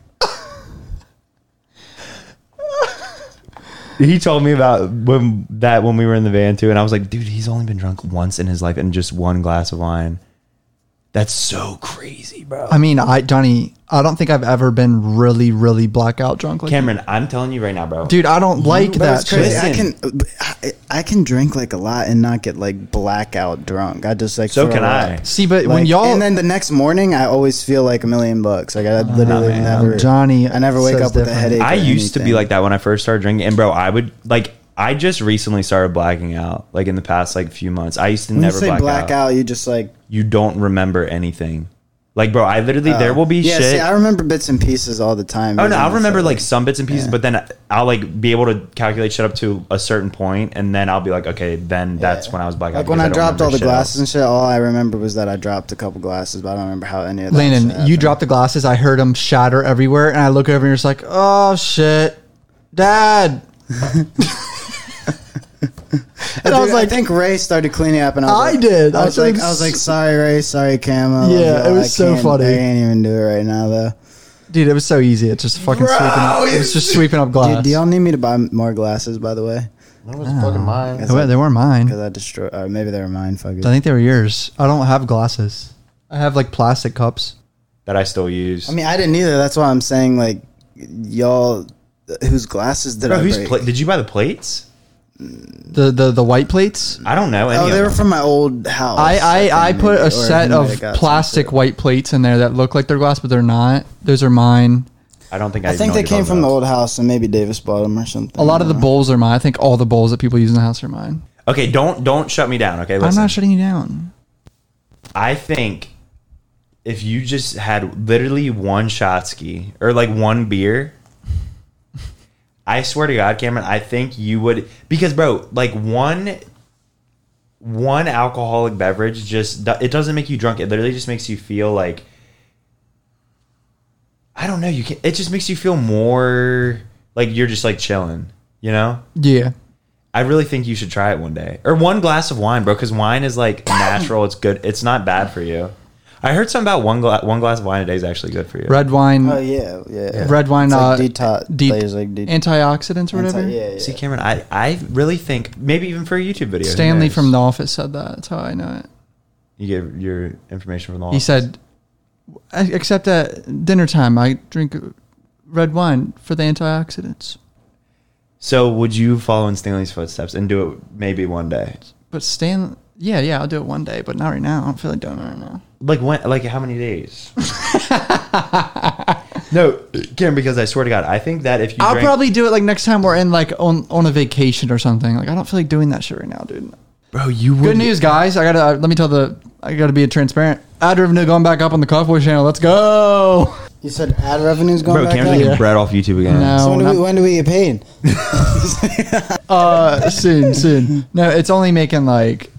He told me about when that when we were in the van too, and I was like, dude, he's only been drunk once in his life and just one glass of wine. That's so crazy, bro.
I mean, I Johnny, I don't think I've ever been really, really blackout drunk. Like,
Cameron, I'm telling you right now, bro.
dude, I don't like
But
that.
it's crazy.
Shit.
I
Listen.
can I, I can drink like a lot and not get like blackout drunk. I just like
So
throw
can
up.
I.
See, but when
Like,
y'all
and then the next morning, I always feel like a million bucks. Like I literally
man.
never,
Johnny
I never wake
says
up with a
different.
headache.
I
or
used to be
anything.
like that when I first started drinking, and bro, I would like I just recently started blacking out, like in the past like few months. I used to
When
never
you say
black,
blackout,
out.
you just like
You don't remember anything, like bro. I literally there will be
Uh, yeah.
shit.
See, I remember bits and pieces all the time.
Oh no,
even
I'll
if,
remember like some bits and pieces, but then I'll like be able to calculate shit up to a certain point, and then I'll be like, okay, then that's when I was blackout.
like when
because
I
don't
dropped
remember
all the
shit
glasses
else.
and shit. All I remember was that I dropped a couple glasses, but I don't remember how any of that. shit
Landon, you
happened.
dropped the glasses. I heard them shatter everywhere, and I look over and you're just like, "Oh shit, Dad!"
[laughs]
and I was
I
like,
think Ray started cleaning up, and I, was
I
like-
did.
I
I
was like,
should've
I was [laughs] like,
s-
sorry, Ray, sorry, Camo.
Yeah, it was so funny.
I can't even do it right now, though.
"Dude, it was so easy. It's just fucking sweeping. Up, it's just sweeping up glass.
Dude, do y'all need me to buy more glasses? By the way,
Oh, wait, they weren't mine.
because I destroyed, or maybe they were mine. Fuck it.
I think they were yours. I don't have glasses. I have like plastic cups.
that I still use.
I mean, I didn't either. That's why I'm saying like y'all whose glasses did
Bro,
I
who's
break?
pla- did you buy the plates?
The the the white plates. Oh,
I don't know. Any
oh,
of
they were
them.
from my old house.
I I, I
think,
put
maybe, or
a set
he might
of
have got some
plastic
shit.
white plates in there that look like they're glass, but they're not. Those are mine.
I don't think I,
I think they came from the old house, and maybe Davis bought them or something.
A lot of the bowls are mine. I think all the bowls that people use in the house are mine.
the. Okay, don't don't shut me down. Okay,
I'm
listen.
not shutting you down.
I think if you just had literally one shot ski or like one beer, I swear to God, Cameron, I think you would because bro, like one one alcoholic beverage just do- it doesn't make you drunk. It literally just makes you feel like I don't know. You can. It just makes you feel more like you're just like chilling. You know.
Yeah.
I really think you should try it one day. Or one glass of wine, bro, because wine
[coughs]
is like natural. It's good. It's not bad for you. I heard something about one, gla- one glass of wine a day is actually good for you.
Red wine.
Oh yeah, yeah.
Red wine.
It's
uh,
like detox.
de-
There's like de-
antioxidants or
anti-
whatever.
yeah, yeah.
See, Cameron, I, I really think maybe even for a YouTube video. who
Stanley
knows?
from The Office said that. That's how I know it.
You get your information from the
He
office.
said, "E-, except at dinner time, I drink red wine for the antioxidants.
So, would you follow in Stanley's footsteps and do it maybe one day?
But Stan, yeah, yeah, I'll do it one day, but not right now. I don't feel like doing it right now.
Like when? Like how many
[laughs]
days? no, Cameron, because I swear to God, I think that if you
I'll
drank-
probably do it like next time we're in like on on a vacation or something. Like I don't feel like doing that shit right now, dude.
bro, you would
Good news, guys. I gotta uh, let me tell the I gotta be transparent. Ad revenue going back up on the Coffee Channel. Let's go.
You said ad revenues going
Bro,
back
Cameron's
up.
making bread off YouTube again.
No.
So when, do
not-
we, when do we get paid?
Uh, soon, soon. No, it's only making like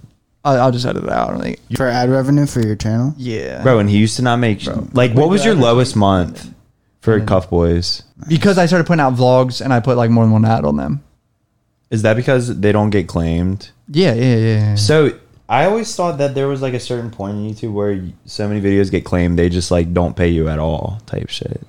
I, I'll just edit it out. I'm like,
For ad revenue for your channel?
yeah,
Bro, and he used to not make like what was your lowest month for
Mm-hmm.
Cuff Boys?
Because I started putting out vlogs and I put like more than one ad on them.
Is that because they don't get claimed?
Yeah, yeah, yeah.
So I always thought that there was like a certain point in YouTube where y- so many videos get claimed they just like don't pay you at all type shit.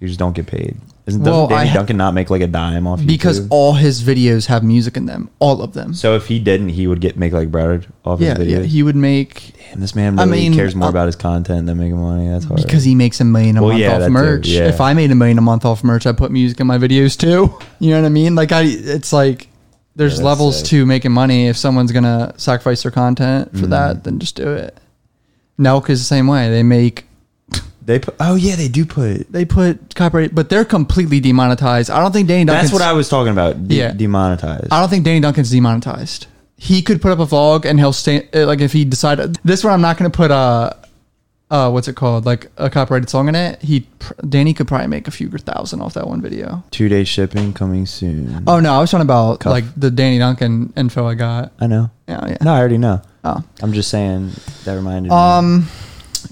You just don't get paid. Isn't doesn't
Well, I
Danny
ha-
Duncan not make like a dime off
Because
YouTube?
all his videos have music in them, all of them.
so if he didn't, he would get make like bread off
yeah,
his videos.
yeah. He would make
Damn, this man
I
really
mean,
cares more
uh,
about his content than making money. That's hard.
because he makes a million a
Well,
month
yeah, that
off
too,
merch.
yeah.
If I made a million a month off merch, I put music in my videos too. [laughs] You know what I mean? Like I, it's like there's
that's
levels
sick.
to making money. If someone's gonna sacrifice their content
Mm-hmm.
for that, then just do it. Nelk is the same way. They make
they put, oh yeah, they do put.
they put copyright, but they're completely demonetized. I don't think Danny Duncan's.
That's what I was talking about. De-
Yeah.
demonetized.
I don't think Danny Duncan's demonetized. He could put up a vlog and he'll stay uh, like if he decided this one I'm not gonna put a uh what's it called like a copyrighted song in it. He pr- Danny could probably make a few thousand off that one video.
Two day shipping coming soon.
Oh no, I was talking about
Cuff.
like the Danny Duncan info I got.
I know.
Yeah, yeah.
No, I already know.
Oh.
I'm just saying that reminded me.
Um,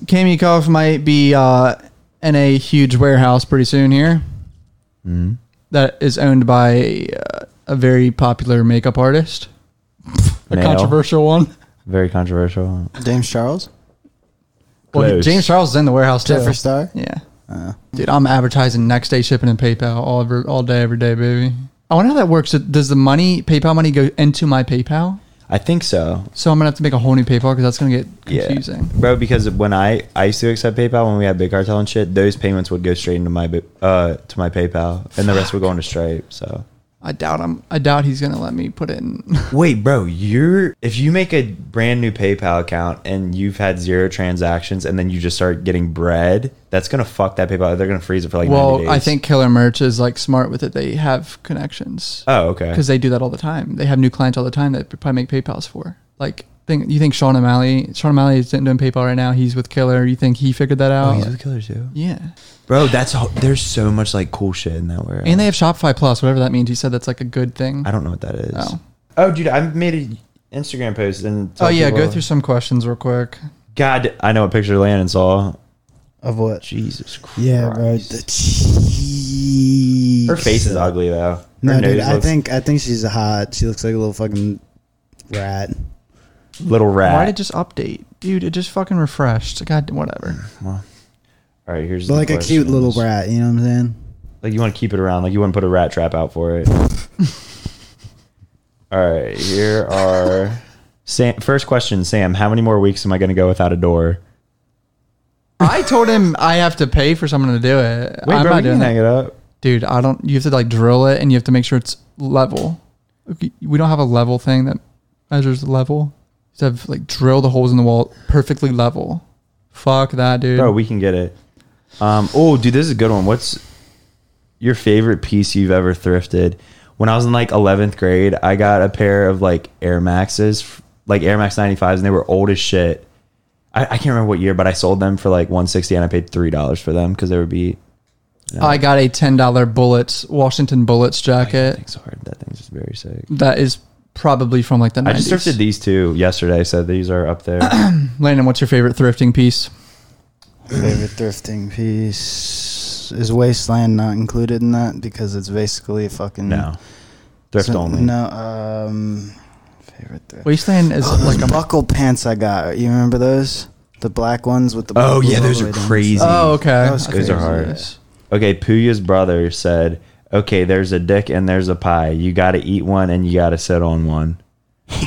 Kami Kov might be uh, in a huge warehouse pretty soon here
Mhm.
that is owned by uh, a very popular makeup artist. a
Male.
controversial one.
Very controversial.
James Charles?
Well,
Close.
James Charles is in the warehouse too.
Jeffree Star?
Yeah.
Uh,
Dude, I'm advertising next day shipping and PayPal all over, all day, every day, baby. I wonder how that works. Does the money, PayPal money, go into my PayPal?
I think so.
So I'm gonna have to make a whole new PayPal because that's gonna get
Yeah.
confusing.
Bro, because when I, I used to accept PayPal when we had Big Cartel and shit, those payments would go straight into my bi- uh to my PayPal and the rest would go into Stripe. So
I doubt I'm. I doubt he's gonna let me put
[laughs]
in.
Wait, bro, you're if you make a brand new PayPal account and you've had zero transactions and then you just start getting bread, that's gonna fuck that PayPal. They're gonna freeze it for like 90
well,
days.
I think Killer Merch is like smart with it. They have connections
Oh, okay.
because they do that all the time. They have new clients all the time that probably make PayPal's for. Like, think you think Sean O'Malley? Sean O'Malley is doing PayPal right now. He's with Killer. You think he figured that
Oh,
out?
he's with killer too.
yeah,
Bro, that's ho- there's so much like cool shit in that warehouse.
and they have Shopify Plus, whatever that means. He said that's like a good thing.
I don't know what that is.
Oh.
Oh, dude, I made an Instagram post and
Oh
told
yeah, go
people-
through some questions real quick.
God, I know what picture Landon saw.
of what?
Jesus Christ.
Yeah, bro. The cheeks.
Her face is ugly though. Her
No, dude,
nose
I
looks
think I think she's hot. She looks like a little fucking rat.
little rat.
Why did it just update, dude? It just fucking refreshed. God, whatever.
All right, here's
But
the
like a cute little
questions.
rat, you know what I'm saying?
Like you want to keep it around. Like you wouldn't put a rat trap out for [laughs] it. All right, here are Sam. First question, Sam. How many more weeks am I going to go without a door?
[laughs] I told him I have to pay for someone to do it.
Wait,
I'm
bro,
not
we
doing
can
that.
hang it up.
dude, I don't. You have to like drill it, and you have to make sure it's level. Okay, We don't have a level thing that measures the level. You have to have, like drill the holes in the wall perfectly level. Fuck that, dude.
Bro, we can get it. Um, oh, dude, this is a good one. What's your favorite piece you've ever thrifted? When I was in like 11th grade, I got a pair of like Air Maxes, f- like Air Max 95s, and they were old as shit. I, I can't remember what year, but I sold them for like 160 and I paid $3 for them because they would be.
I got a ten dollar bullets Washington bullets jacket.
Thanks, hard. That thing's just very sick.
That is probably from like the
I just thrifted
nineties.
these two yesterday, so these are up
[clears throat]
there.
Landon, what's your favorite thrifting piece?
[clears throat] Favorite thrifting piece is Wasteland not included in that because it's basically fucking
no. Thrift
So-
only.
No, um, favorite thrift.
Wasteland is
Oh,
like
those
a
buckle pants I got. You remember those? The black ones with the.
Oh,
buckles
yeah,
all
those
the
are
way down.
crazy.
Oh, okay.
That was
I
Those are
think-
hard. Okay, Puya's brother said, "Okay, there's a dick and there's a pie. You got to eat one and you got to sit on one.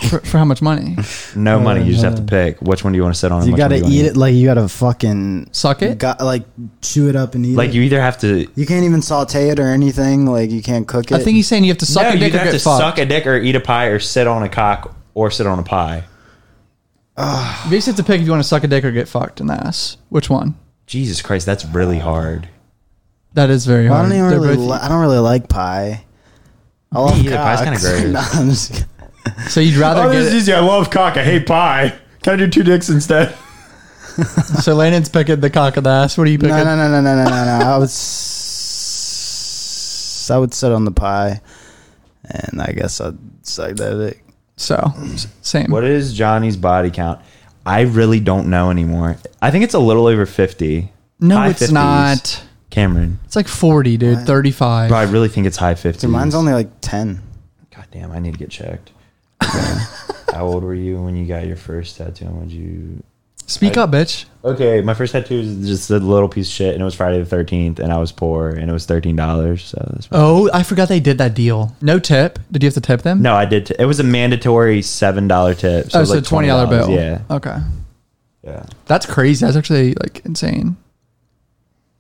For, for how much
[laughs]
money?
No money. You just have to pick. Which one do you want to sit on? and
You
which one
gotta
do wanna
eat it like you gotta fucking
Suck it?
Got like chew it up and eat
Like
it.
you either have to.
You can't even saute it or anything. Like you can't cook it.
I think he's saying you have to suck
no,
a
you
dick
either
or
have
get
to
fucked.
suck a dick or eat a pie or sit on a cock or sit on a pie.
You basically have to pick if you want to suck a dick or get fucked in the ass. Which one?
Jesus Christ, that's really hard.
That is very
I
hard.
don't even
They're
really.
both- e-
Li- I don't really like pie. I love
either, pie's kinda
cocks. [laughs]
gross.
No, I'm just kidding.
so you'd
[laughs]
rather get it.
Oh, easy. I love cock. I hate pie. Can I do two dicks instead? [laughs]
So Landon's picking the cock of the ass. What are you picking?
no, no, no, no, no, no,
[laughs]
no. I would. S- I would sit on the pie, and I guess I'd suck that dick.
So s- same.
What is Johnny's body count? I really don't know anymore. I think it's a little over fifty.
no,
High
it's
50s.
not.
Cameron.
It's like forty, dude. Thirty-five.
Bro, I really think it's high fifties.
Dude, mine's only like ten.
God damn, I need to get checked. [laughs] How old were you when you got your first tattoo? And would you?
Speak up, bitch.
Okay, my first tattoo was just a little piece of shit, and it was Friday the thirteenth, and I was poor, and it was thirteen dollars. So that's
Oh, I forgot they did that deal. No tip. Did you have to tip them?
no, I did. T- it was a mandatory seven dollar tip.
Oh,
it was
so
like
twenty dollar
$20.
bill.
Yeah,
Okay.
yeah.
That's crazy. That's actually like insane.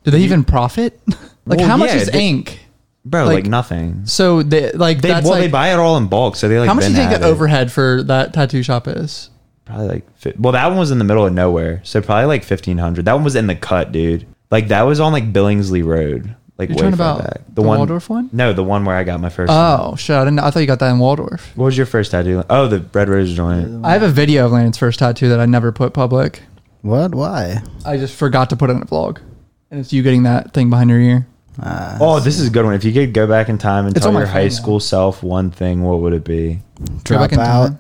Do they even profit? [laughs] like
Well,
how much
yeah,
is
they-
ink?
Bro, like,
Like,
nothing.
So they like
They
that's
well,
like,
they buy it all in bulk, so they like.
how much do
been
you think
had
the
it.
overhead for that tattoo shop is?
Probably like. fi- Well, that one was in the middle of nowhere, so probably like fifteen hundred. That one was in the cut, dude. Like that was on like Billingsley Road. Like
You're
way
talking
far
about
back.
the Waldorf one?
No, the one where I got my first. one.
Oh shit! I didn't. know- I thought you got that in Waldorf.
What was your first tattoo? Oh, the Red Rose joint.
I have a video of Landon's first tattoo that I never put public.
What? Why?
I just forgot to put it in a vlog, and it's you getting that thing behind your ear.
Uh,
Oh, this is a good one. If you could go back in time and
It's
tell
on my
your high
phone
school self one thing, what would it be?
drop
back in
out.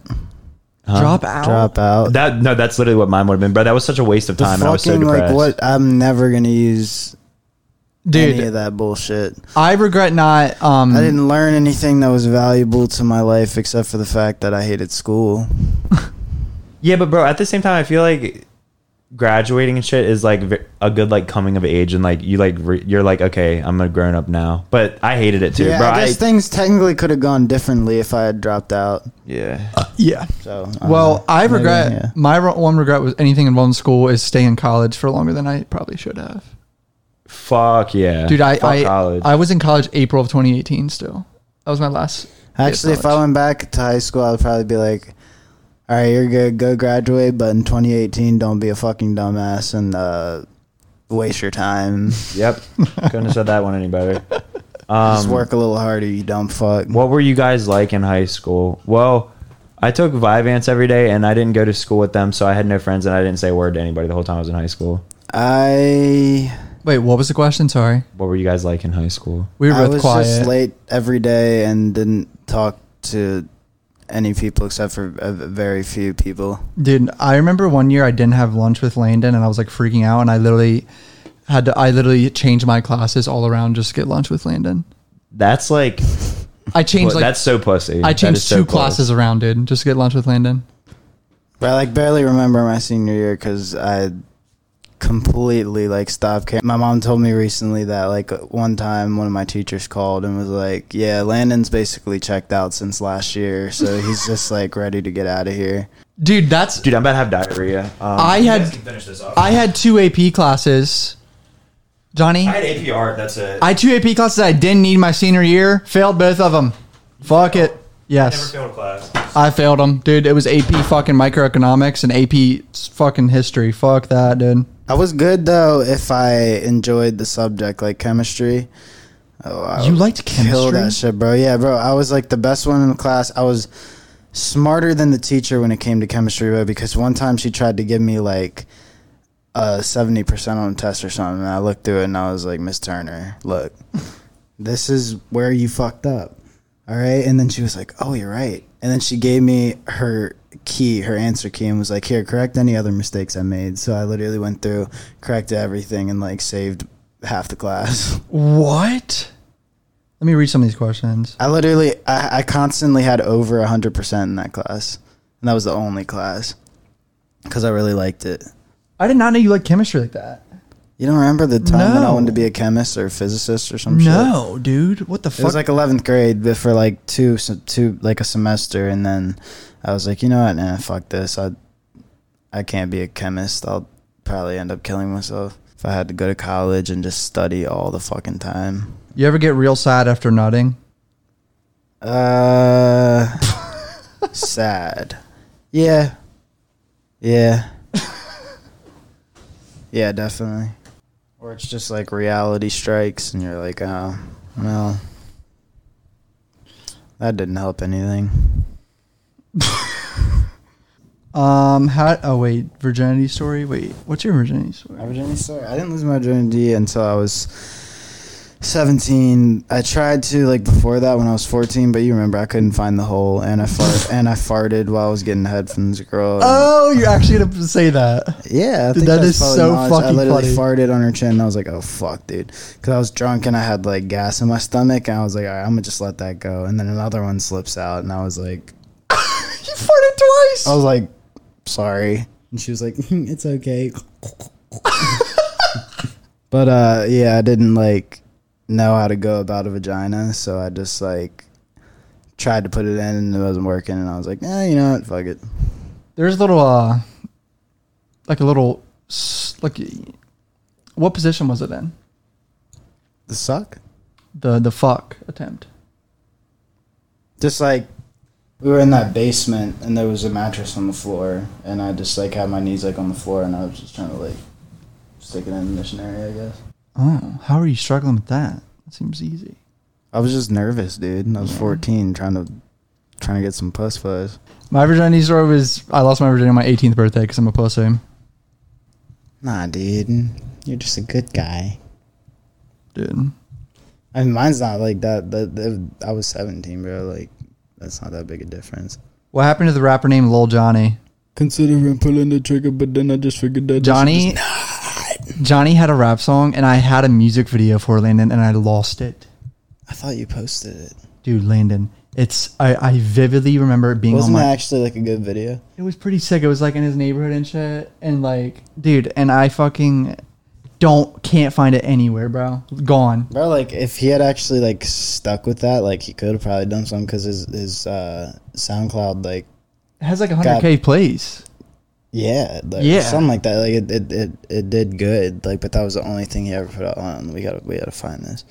Huh?
Drop out.
Drop out.
That no, that's literally what mine would have been, bro. That was such a waste of
Oh. The
time, and I was so depressed.
like what? I'm never gonna use any of
dude.
that bullshit.
I regret not. Um,
I didn't learn anything that was valuable to my life except for the fact that I hated school.
Yeah, but bro, at the same time, I feel like graduating and shit is like ve- a good like coming of age, and like you like re- you're like okay, I'm a grown up now. But I hated it too,
yeah,
bro.
I guess
I-
things technically could have gone differently if I had dropped out.
yeah,
Yeah.
So I don't
Well,
know.
I
Maybe,
regret
yeah.
my ro- one regret was anything involved in school is staying in college for longer than I probably should have.
fuck yeah,
Dude, I
Fuck
I,
college.
I was in college April of 2018 still. That was my last. day of
Actually, if I
college.
went back to high school, I'd probably be like, "All right, you're good. Go graduate, but in 2018, don't be a fucking dumbass and uh, waste
[laughs]
your time.
yep, couldn't have said that one any better.
Um,
Just work a little harder, you dumb fuck."
What were you guys like in high school? Well, I took Vivance every day and I didn't go to school with them, so I had no friends and I didn't say a word to anybody the whole time I was in high school.
I
wait, what was the question? Sorry,
What were you guys like in high school?
we were
I
both
was
quiet.
just late every day and didn't talk to any people except for a v- very few people.
Dude, I remember one year I didn't have lunch with Landon and I was like freaking out and I literally had to I literally changed my classes all around just to get lunch with Landon.
That's like
I changed like
that's so pussy.
I
That is
changed
so
two
pussy.
classes around, dude, just to get lunch with Landon.
But I like barely remember my senior year because I completely like stopped caring. My mom told me recently that like one time one of my teachers called and was like, "Yeah, Landon's basically checked out since last year, so he's just like ready to get out of here."
Dude, that's
Dude, I'm about to have diarrhea. Um,
I
you
had-
guys can finish this up.
I had two AP classes Johnny?
I had AP art. That's it.
I had two AP classes I didn't need my senior year. Failed both of them. Fuck it.
never
Yes,
failed a class.
I failed them, dude. It was AP fucking microeconomics and AP fucking history. Fuck that, dude.
I was good though if I enjoyed the subject like chemistry. Oh, I
You
would
liked
kill
chemistry?
that shit, bro. Yeah, bro. I was like the best one in the class. I was smarter than the teacher when it came to chemistry, bro. Because one time she tried to give me like a seventy percent on a test or something, and I looked through it and I was like, Miss Turner, look, this is where you fucked up. All right. And then she was like, Oh, you're right. And then she gave me her key, her answer key, and was like, Here, correct any other mistakes I made. So I literally went through, corrected everything, and like saved half the class. [laughs]
What? Let me read some of these questions.
I literally, I, I constantly had over 100% in that class. And that was the only class because I really liked it.
I did not know you liked chemistry like that.
You don't remember the time when I
No.
wanted to be a chemist or a physicist or some shit?
No, dude. What the
It was
fuck?
like 11th grade, but for like two, se- two, like a semester, and then I was like, you know what, nah, fuck this. I, I can't be a chemist. I'll probably end up killing myself if I had to go to college and just study all the fucking time.
you ever get real sad after nutting?
Uh, [laughs] sad. Yeah, yeah, yeah, definitely. Or it's just like reality strikes, and you're like, oh, well, that didn't help anything.
Um, how? Oh wait, virginity story. Wait, what's your virginity story?
My virginity story. I didn't lose my virginity until I was 17. I tried to like before that when I was 14, but you remember I couldn't find the hole and I fart and I farted while I was getting head from this girl. and-
Oh, you're actually gonna say that?
yeah, I
Dude,
think
that
that's
is
probably
so
knowledge. I
fucking
literally
funny.
farted on her chin. And I was like, "Oh fuck, dude," because I was drunk and I had like gas in my stomach, and I was like, "All right, I'm gonna just let that go." And then another one slips out, and I was like,
you farted twice.
I was like, sorry. And she was like, [laughs] it's okay. but uh yeah, I didn't like know how to go about a vagina, so I just like tried to put it in and it wasn't working and I was like, eh, you know what, fuck it.
There's a little, uh, like a little, s- like, what position was it in?
The suck?
The the fuck attempt.
Just like we were in that basement and there was a mattress on the floor and I just like had my knees like on the floor and I was just trying to like stick it in the missionary, I guess.
Oh, how are you struggling with that? That seems easy.
I was just nervous, dude. and I was fourteen trying to trying to get some puss fuzz.
My virginity story was I lost my virginity on my 18th birthday because I'm a pussy.
Nah, dude. You're just a good guy.
Dude,
I mean, mine's not like that. That, that- I was 17, bro. Like, that's not that big a difference.
what happened to the rapper named Lil Johnny?
Considering pulling the trigger, but then I just figured that
Johnny Johnny had a rap song and I had a music video for Landon and I lost it.
I thought you posted it.
Dude, Landon, it's I, I vividly remember it being
Wasn't
on
that
my
actually like a good video?
It was pretty sick. It was like in his neighborhood and shit and like dude, and I fucking don't can't find it anywhere, bro. Gone.
Bro, like if he had actually like stuck with that, like he could have probably done something because his his uh, SoundCloud like
It has like 100k plays.
yeah like,
Yeah.
something like that. Like it, it it it did good. Like, but that was the only thing he ever put out on. We gotta we gotta find this.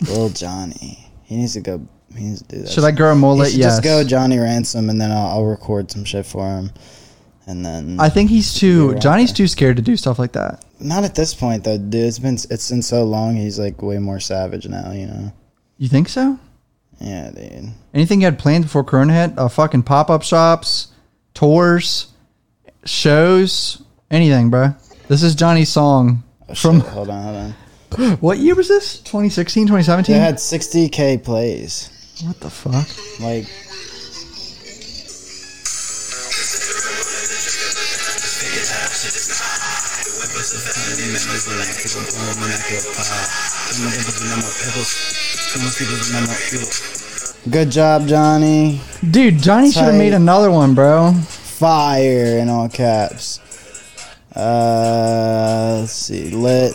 Little Johnny, he needs to go. He needs to do that.
Should I grow a
You
mullet?
should
Yes.
just go Johnny Ransom, and then I'll, I'll record some shit for him. And then
I think he's too
rapper.
Johnny's too scared to do stuff like that.
not at this point though, dude. It's been it's been so long. He's like way more savage now, you know.
You think so?
Yeah, dude.
Anything you had planned before Corona hit? Uh, fucking pop up shops, tours, shows, anything, bro. This is Johnny's song
Oh,
from
shit. hold on, hold on.
[laughs] what year was this? 2016,
They
2017?
had 60k plays.
What the fuck?
Like good job, Johnny.
Dude, Johnny should have
Tight.
made another one, bro.
Fire in all caps. Uh, let's see. Lit.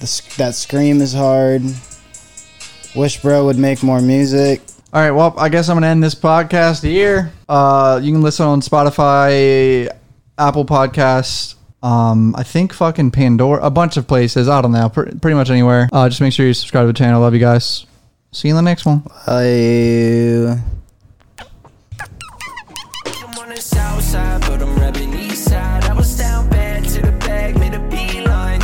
The, sc- that scream is hard. Wish bro would make more music.
All right, well, I guess I'm going to end this podcast here. Uh, you can listen on Spotify, Apple Podcasts, Um, I think fucking Pandora, a bunch of places. I don't know, pr- pretty much anywhere. Uh, just make sure you subscribe to the channel. Love you guys. See you in the next one.
I.
I'm on the south side, but I'm repping east side. I was down bad to the bag, made a beeline.